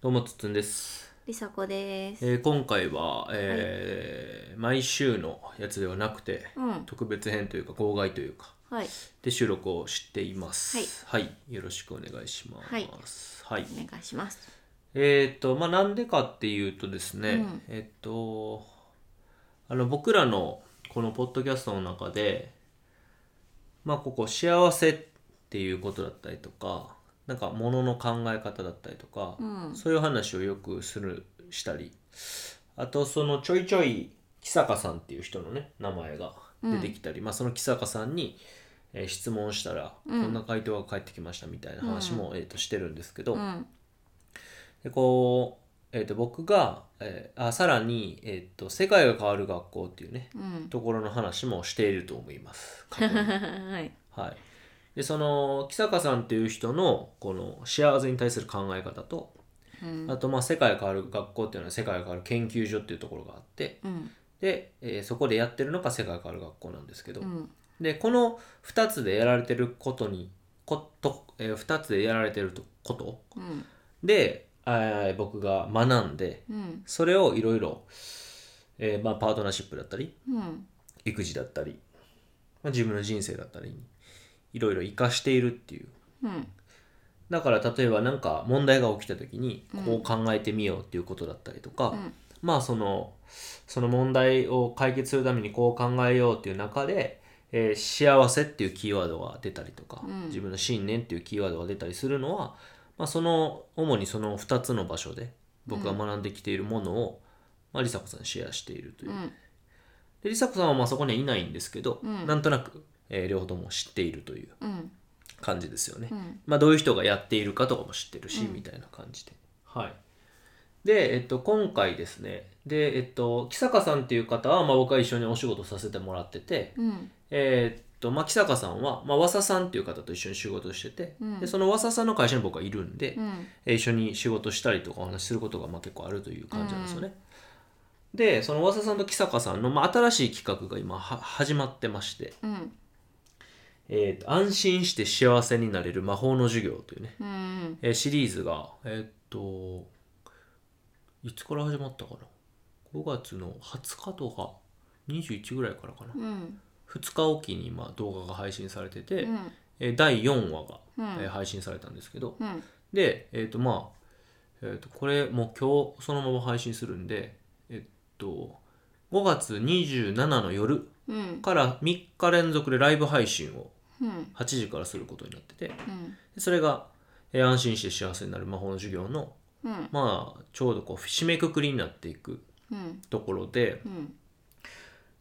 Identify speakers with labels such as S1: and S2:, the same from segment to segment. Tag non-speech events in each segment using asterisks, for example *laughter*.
S1: どうもつっつんです、
S2: りさこです。
S1: えー今回は、えー毎週のやつではなくて、
S2: うん
S1: 特別編というか号外というか
S2: はい、
S1: で収録をしていますはい、よろしくお願いします
S2: はい、
S1: はい
S2: お願いします。
S1: えっ、とまあなんでかっていうとですね、
S2: うん
S1: えっ、とあの僕らのこのポッドキャストの中でまあここ幸せっていうことだったりとかなんかものの考え方だったりとか、
S2: うん、
S1: そういう話をよくするしたりあとそのちょいちょい木坂さんっていう人のね名前が出てきたり、まあ、その木坂さんに、えー質問したら、
S2: うん
S1: こんな回答が返ってきましたみたいな話も、えー、としてるんですけど、
S2: うん、
S1: でこう、えー、と僕が、えーあさらに、えーと「世界が変わる学校」っていうね
S2: うん、
S1: ところの話もしていると思い
S2: *laughs*
S1: ます。過去に
S2: はい、
S1: はい、でその木坂さんっていう人のこの幸せに対する考え方と
S2: うん、
S1: あとまあ世界が変わる学校っていうのは世界が変わる研究所っていうところがあって
S2: うん、
S1: で、えーそこでやってるのが世界が変わる学校なんですけど、
S2: うん、
S1: でこの2つでやられてることにこと、え2つでやられてるとこと
S2: うん、
S1: で、えー僕が学んで
S2: うん、
S1: それをいろいろえーまあパートナーシップだったり
S2: うん、
S1: 育児だったり、まあ、自分の人生だったりにいろいろ活かしているっていう
S2: うん、
S1: だから例えば何か問題が起きた時にこう考えてみようっていうことだったりとか、
S2: ん
S1: まあそのその問題を解決するためにこう考えようっていう中で、えー幸せっていうキーワードが出たりとか、
S2: うん
S1: 自分の信念っていうキーワードが出たりするのは、まあ、その主にその2つの場所で僕が学んできているものを、まあ、梨紗子さんにシェアしているという。
S2: うん、
S1: で梨紗子さんはまあそこにはいないんですけど、
S2: うん
S1: なんとなく、えー両方とも知っているという
S2: うん、
S1: 感じですよね。
S2: うん、
S1: まあ、どういう人がやっているかとかも知ってるし、みたいな感じで。はい、で、えっと、今回ですねで、えっと、木坂さんっていう方は、まあ、僕は一緒にお仕事させてもらってて、
S2: うん、
S1: えっとまあ、木坂さんは、まあ、和佐さんっていう方と一緒に仕事してて、
S2: うん
S1: でその和佐さんの会社に僕はいるんで、
S2: うん、
S1: えー一緒に仕事したりとかお話しすることがまあ結構あるという感じなんですよね。でその和佐さんと木坂さんの、まあ、新しい企画が今は始まってまして、
S2: うん、
S1: えっと安心して幸せになれる魔法の授業というね
S2: うん、
S1: えーシリーズが、えーっと、いつから始まったかな ?5 月の20日とか21ぐらいからかな。
S2: うん、
S1: 2日おきに今動画が配信されてて、
S2: うん、
S1: えー第4話が、
S2: うん
S1: えー配信されたんですけど、
S2: うん、
S1: で、えーっと、まあ、えーっと、これもう今日そのまま配信するんで、えっと、5月27の夜
S2: うん、
S1: から3日連続でライブ配信を
S2: うん、
S1: 8時からすることになってて、でそれが、えー安心して幸せになる魔法の授業の、
S2: うん、
S1: まあ、ちょうどこう締めくくりになっていく
S2: うん、
S1: ところで、
S2: うん、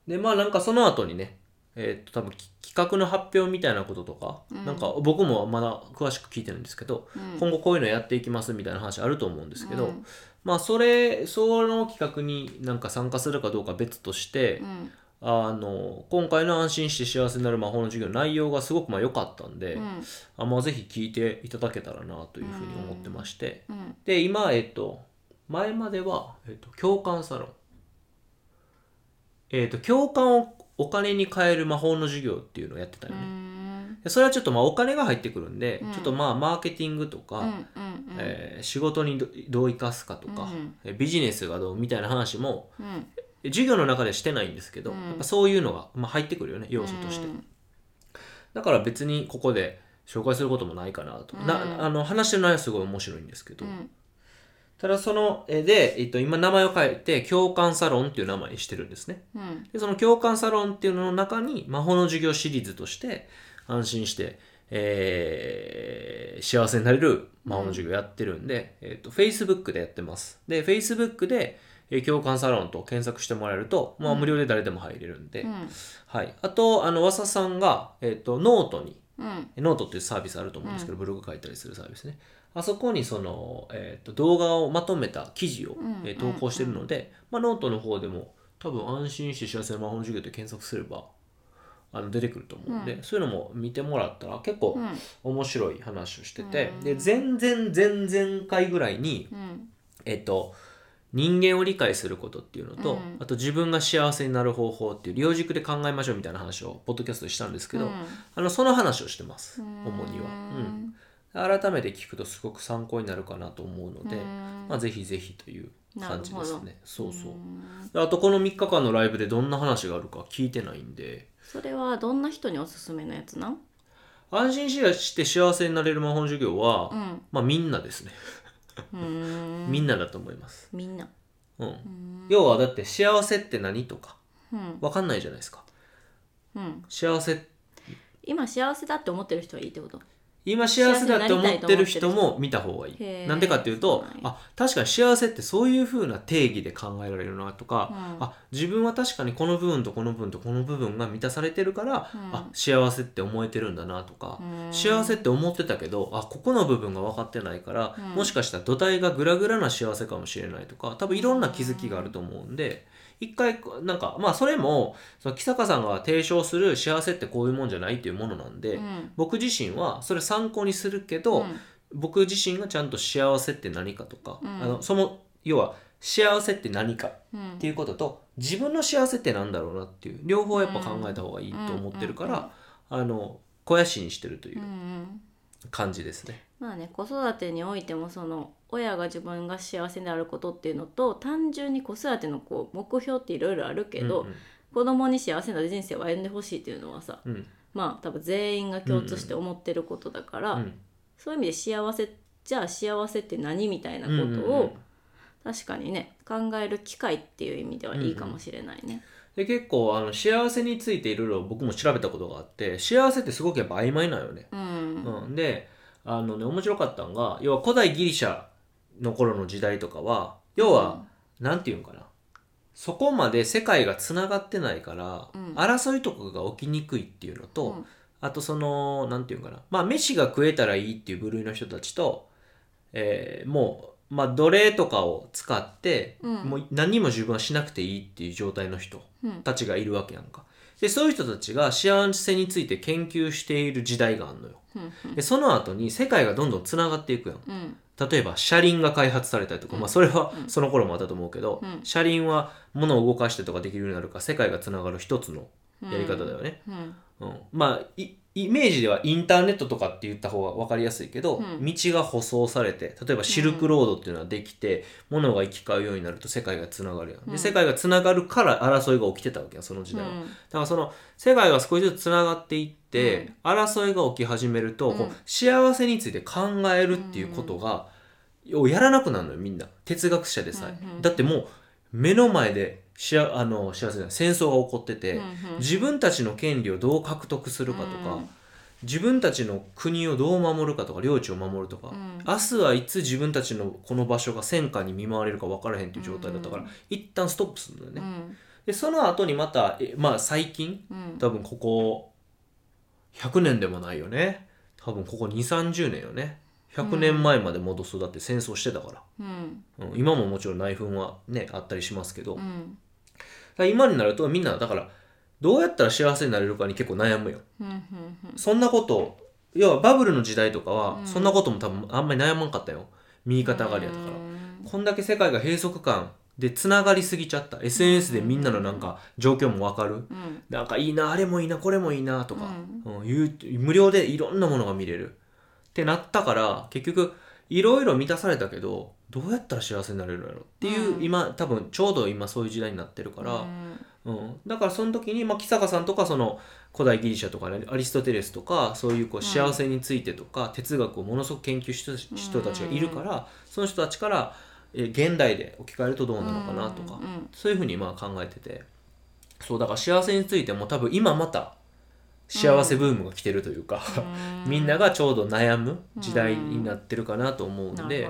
S1: で、まあなんかその後にね、えーっと、多分き企画の発表みたいなこととか、なんか僕もまだ詳しく聞いてるんですけど、
S2: うん
S1: 今後こういうのやっていきますみたいな話あると思うんですけど、
S2: うん
S1: まあそれ、その企画になんか参加するかどうか別として、
S2: うん、
S1: あの、今回の安心して幸せになる魔法の授業の内容がすごくまあ良かったんで、
S2: うん、
S1: あまあ、ぜひ聞いていただけたらなというふうに思ってまして、
S2: うん、
S1: で今えっと前までは、えっと、共感サロンえっと共感をお金に変える魔法の授業っていうのをやってたよ
S2: う
S1: ね、
S2: ん、
S1: でそれはちょっとまあお金が入ってくるんで、
S2: うん
S1: ちょっとまあマーケティングとか、
S2: うん、うん、
S1: えー仕事にどどう生かすかとか、えビジネスがどうみたいな話も
S2: うん、
S1: え授業の中でしてないんですけど、
S2: うん
S1: やっぱそういうのが、まあ、入ってくるよね要素として、だから別にここで紹介することもないかなと、
S2: うん
S1: なあの話の内容はすごい面白いんですけど、
S2: うん、
S1: ただそのえで、えっと、今名前を変えて共感サロンっていう名前にしてるんですね
S2: うん、
S1: でその共感サロンっていうのの中に魔法の授業シリーズとして安心して、えー幸せになれる魔法の授業やってるんで、えっと Facebook でやってますで Facebook でえー共感サロンと検索してもらえると、まあ、無料で誰でも入れるんで、
S2: うん、
S1: はい、あとあの和佐さんが、えっとノートに
S2: うん、
S1: ノートっていうサービスあると思うんですけど、ブログ書いたりするサービスね。あそこにその、えー、と動画をまとめた記事を、
S2: ん
S1: えー投稿してるので、まあ、ノートの方でも多分安心して幸せな魔法の授業って検索すればあの出てくると思うんで、そういうのも見てもらったら結構
S2: ん
S1: 面白い話をしてて、で全然全々回ぐらいに、
S2: うん、
S1: えっと人間を理解することっていうのと、
S2: うん
S1: あと自分が幸せになる方法っていう両軸で考えましょうみたいな話をポッドキャストでしたんですけど、
S2: うん
S1: あのその話をしてます
S2: うん
S1: 主には、うん、改めて聞くとすごく参考になるかなと思うので、
S2: うん
S1: まあ、ぜひぜひという感じです
S2: なる
S1: ねそうそう
S2: う、ん
S1: あとこの3日間のライブでどんな話があるか聞いてないんで
S2: それはどんな人におすすめのやつなん
S1: 安心して幸せになれる魔法の授業は、
S2: うん
S1: まあみんなですね、
S2: うーん
S1: みんなだと思います、
S2: みんな
S1: うん
S2: うん
S1: 要はだって幸せって何とか
S2: うん、
S1: 分かんないじゃないですか
S2: うん、
S1: 幸せ
S2: 今幸せだって思ってる人はいいってこと
S1: 今幸せだって思ってる人も見た方がい
S2: へ
S1: い
S2: ー
S1: なんでかっていうと
S2: そうなんや
S1: あ確かに幸せってそういう風な定義で考えられるなとか、
S2: うん
S1: あ自分は確かにこの部分とこの部分とこの部分が満たされてるから、
S2: うん
S1: あ幸せって思えてるんだなとか、
S2: うん
S1: 幸せって思ってたけどあここの部分が分かってないから、
S2: うん
S1: もしかしたら土台がグラグラな幸せかもしれないとか多分いろんな気づきがあると思うんで一回なんかまあそれもその木坂さんが提唱する幸せってこういうもんじゃないっていうものなんで、
S2: うん
S1: 僕自身はそれ参考にするけど、
S2: うん
S1: 僕自身がちゃんと幸せって何かとか、
S2: うん
S1: あのその要は幸せって何か
S2: うん
S1: っていうことと自分の幸せってなんだろうなっていう両方やっぱ考えた方がいいと思ってるから、あの肥やしにしてるとい
S2: うんう
S1: うん感じですね。
S2: まあね子育てにおいてもその親が自分が幸せであることっていうのと単純に子育てのこう目標っていろいろあるけど、
S1: うん
S2: 子供に幸せな人生を歩んでほしいっていうのはさ
S1: うんうん
S2: まあ多分全員が共通して思ってることだから、
S1: うん
S2: そういう意味で幸せじゃあ幸せって何みたいなことを、
S1: うんうんうん
S2: 確かにね考える機会っていう意味ではいいかもしれないね。
S1: で結構あの幸せについていろいろ僕も調べたことがあって幸せってすごくやっぱ曖昧なんよね。
S2: うん、
S1: うん、であのね面白かったのが要は古代ギリシャの頃の時代とかは要は何、なん、て言うんかなそこまで世界がつながってないから、
S2: うん
S1: 争いとかが起きにくいっていうのと、
S2: うん
S1: あとその何て言うんかなまあ飯が食えたらいいっていう部類の人たちと、えーもう、まあ、奴隷とかを使って、
S2: うん
S1: もう何も自分はしなくていいっていう状態の人
S2: うん
S1: たちがいるわけやんか。でそういう人たちが幸せについて研究している時代があるのよ。
S2: うん
S1: でその後に世界がどんどんつながっていくやん
S2: うん
S1: 例えば車輪が開発されたりとか、まあ、それは
S2: うん
S1: その頃もあったと思うけど、
S2: うん
S1: 車輪は物を動かしてとかできるようになるから世界がつながる一つのやり方だよね、
S2: うん
S1: うんまあいイメージではインターネットとかって言った方が分かりやすいけど、
S2: うん
S1: 道が舗装されて例えばシルクロードっていうのはできて、物が行き交うようになると世界がつながるやん、
S2: う
S1: で
S2: ん
S1: 世界がつながるから争いが起きてたわけやんその時代は、
S2: うん
S1: だからその世界が少しずつつながっていって、争いが起き始めると、こ
S2: う
S1: うん幸せについて考えるっていうことが、をやらなくなるのよみんな哲学者でさえ、
S2: うんうん
S1: だってもう目の前でしああの幸せじゃない戦争が起こってて、
S2: うんうん
S1: 自分たちの権利をどう獲得するかとか、
S2: うん
S1: 自分たちの国をどう守るかとか領地を守るとか、
S2: うん
S1: 明日はいつ自分たちのこの場所が戦火に見舞われるか分からへんっていう状態だったから、
S2: うん
S1: 一旦ストップするんだよね。
S2: うん
S1: でその後にまた、えまあ、最近
S2: うん
S1: 多分ここ100年でもないよね多分ここ2 3 0年よね100年前まで戻すとだって戦争してたか
S2: うん
S1: ら、うん、今ももちろん内紛はねあったりしますけど、
S2: う
S1: だか
S2: ん
S1: ら今になるとみんなだからどうやったら幸せになれるかに結構悩むよ
S2: うんうん
S1: そんなことを要はバブルの時代とかは
S2: うん
S1: そんなことも多分あんまり悩まんかったよ右肩上がりやったから、こんだけ世界が閉塞感でつながりすぎちゃった SNS でみんなのなんか状況もわかる
S2: うん
S1: なんかいいなあれもいいなこれもいいなとか、
S2: うん
S1: うんいう無料でいろんなものが見れるってなったから結局いろいろ満たされたけどどうやったら幸せになれるのやろっていう、
S2: うん
S1: 今多分ちょうど今そういう時代になってるか
S2: う
S1: ら、
S2: ん
S1: うんだからその時に、まあ、木坂さんとかその古代ギリシャとか、ね、アリストテレスとかそういうこう
S2: うん
S1: 幸せについてとか、哲学をものすごく研究した人たちがいるから、その人たちからえー現代で置き換えるとどうなのかなとか、
S2: うん
S1: そういうふうにまあ考えててそうだから幸せについても多分今また幸せブームが来てるというか、
S2: うん
S1: みんながちょうど悩む時代になってるかなと思うん
S2: な
S1: で
S2: る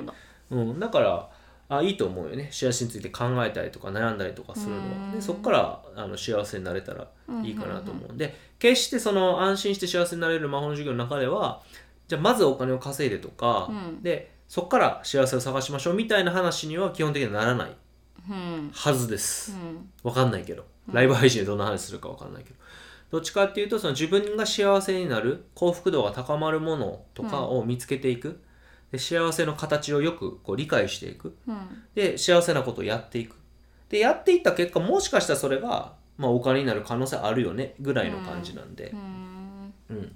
S2: ほ、ど
S1: うん、だからあいいと思うよね幸せについて考えたりとか悩んだりとかするの
S2: う
S1: は
S2: ん
S1: でそこからあの幸せになれたらいいかなと思うんで決してその安心して幸せになれる魔法の授業の中ではじゃあまずお金を稼いでとか、
S2: うん
S1: でそこから幸せを探しましょうみたいな話には基本的にはならない
S2: うん
S1: はずです。
S2: うん
S1: わかんないけどライブ配信でどんな話するかわかんないけどどっちかっていうとその自分が幸せになる幸福度が高まるものとかを見つけていく、で幸せの形をよくこう理解していく
S2: うん
S1: で幸せなことをやっていくでやっていった結果もしかしたらそれが、まあ、お金になる可能性あるよねぐらいの感じなんで、
S2: うん
S1: うんだか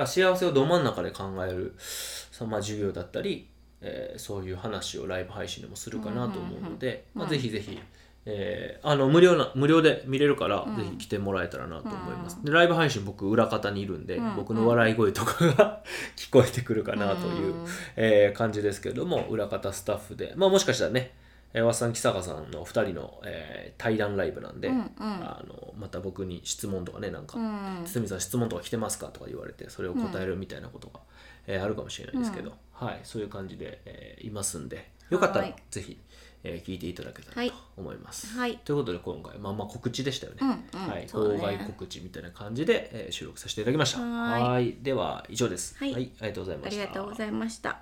S1: ら幸せをど真ん中で考える、さまあ、授業だったり、えーそういう話をライブ配信でもするかなと思うので、
S2: うん
S1: まあ、
S2: うんうんうん
S1: ぜひぜひ、えーあの無料な無料で見れるから、
S2: うん
S1: ぜひ来てもらえたらなと思います、
S2: うん
S1: でライブ配信僕裏方にいるんで、
S2: うん
S1: 僕の笑い声とかが *laughs* 聞こえてくるか
S2: か
S1: なという、えー感じですけれども裏方スタッフで、まあ、もしかしたらねえー和さん木坂さんの2人の、えー対談ライブなんで、
S2: うんうん
S1: あのまた僕に質問とかねなんか
S2: うん
S1: 堤さん質問とか来てますかとか言われてそれを答えるみたいなことが、えーあるかもしれないですけど、はい、そういう感じで、えーいますんでよかった
S2: は
S1: ら
S2: い
S1: ぜひ、えー聞いていただけた
S2: は
S1: ら
S2: い
S1: と思います。
S2: はい
S1: ということで今回、まあ、まあ告知でしたよね。
S2: うんうん
S1: はい、
S2: そうだね
S1: 号外告知みたいな感じで、えー収録させていただきました。
S2: はーい
S1: ーいでは以上です、
S2: はい
S1: ありがとうございま
S2: あ
S1: し
S2: り
S1: た。
S2: がとうございました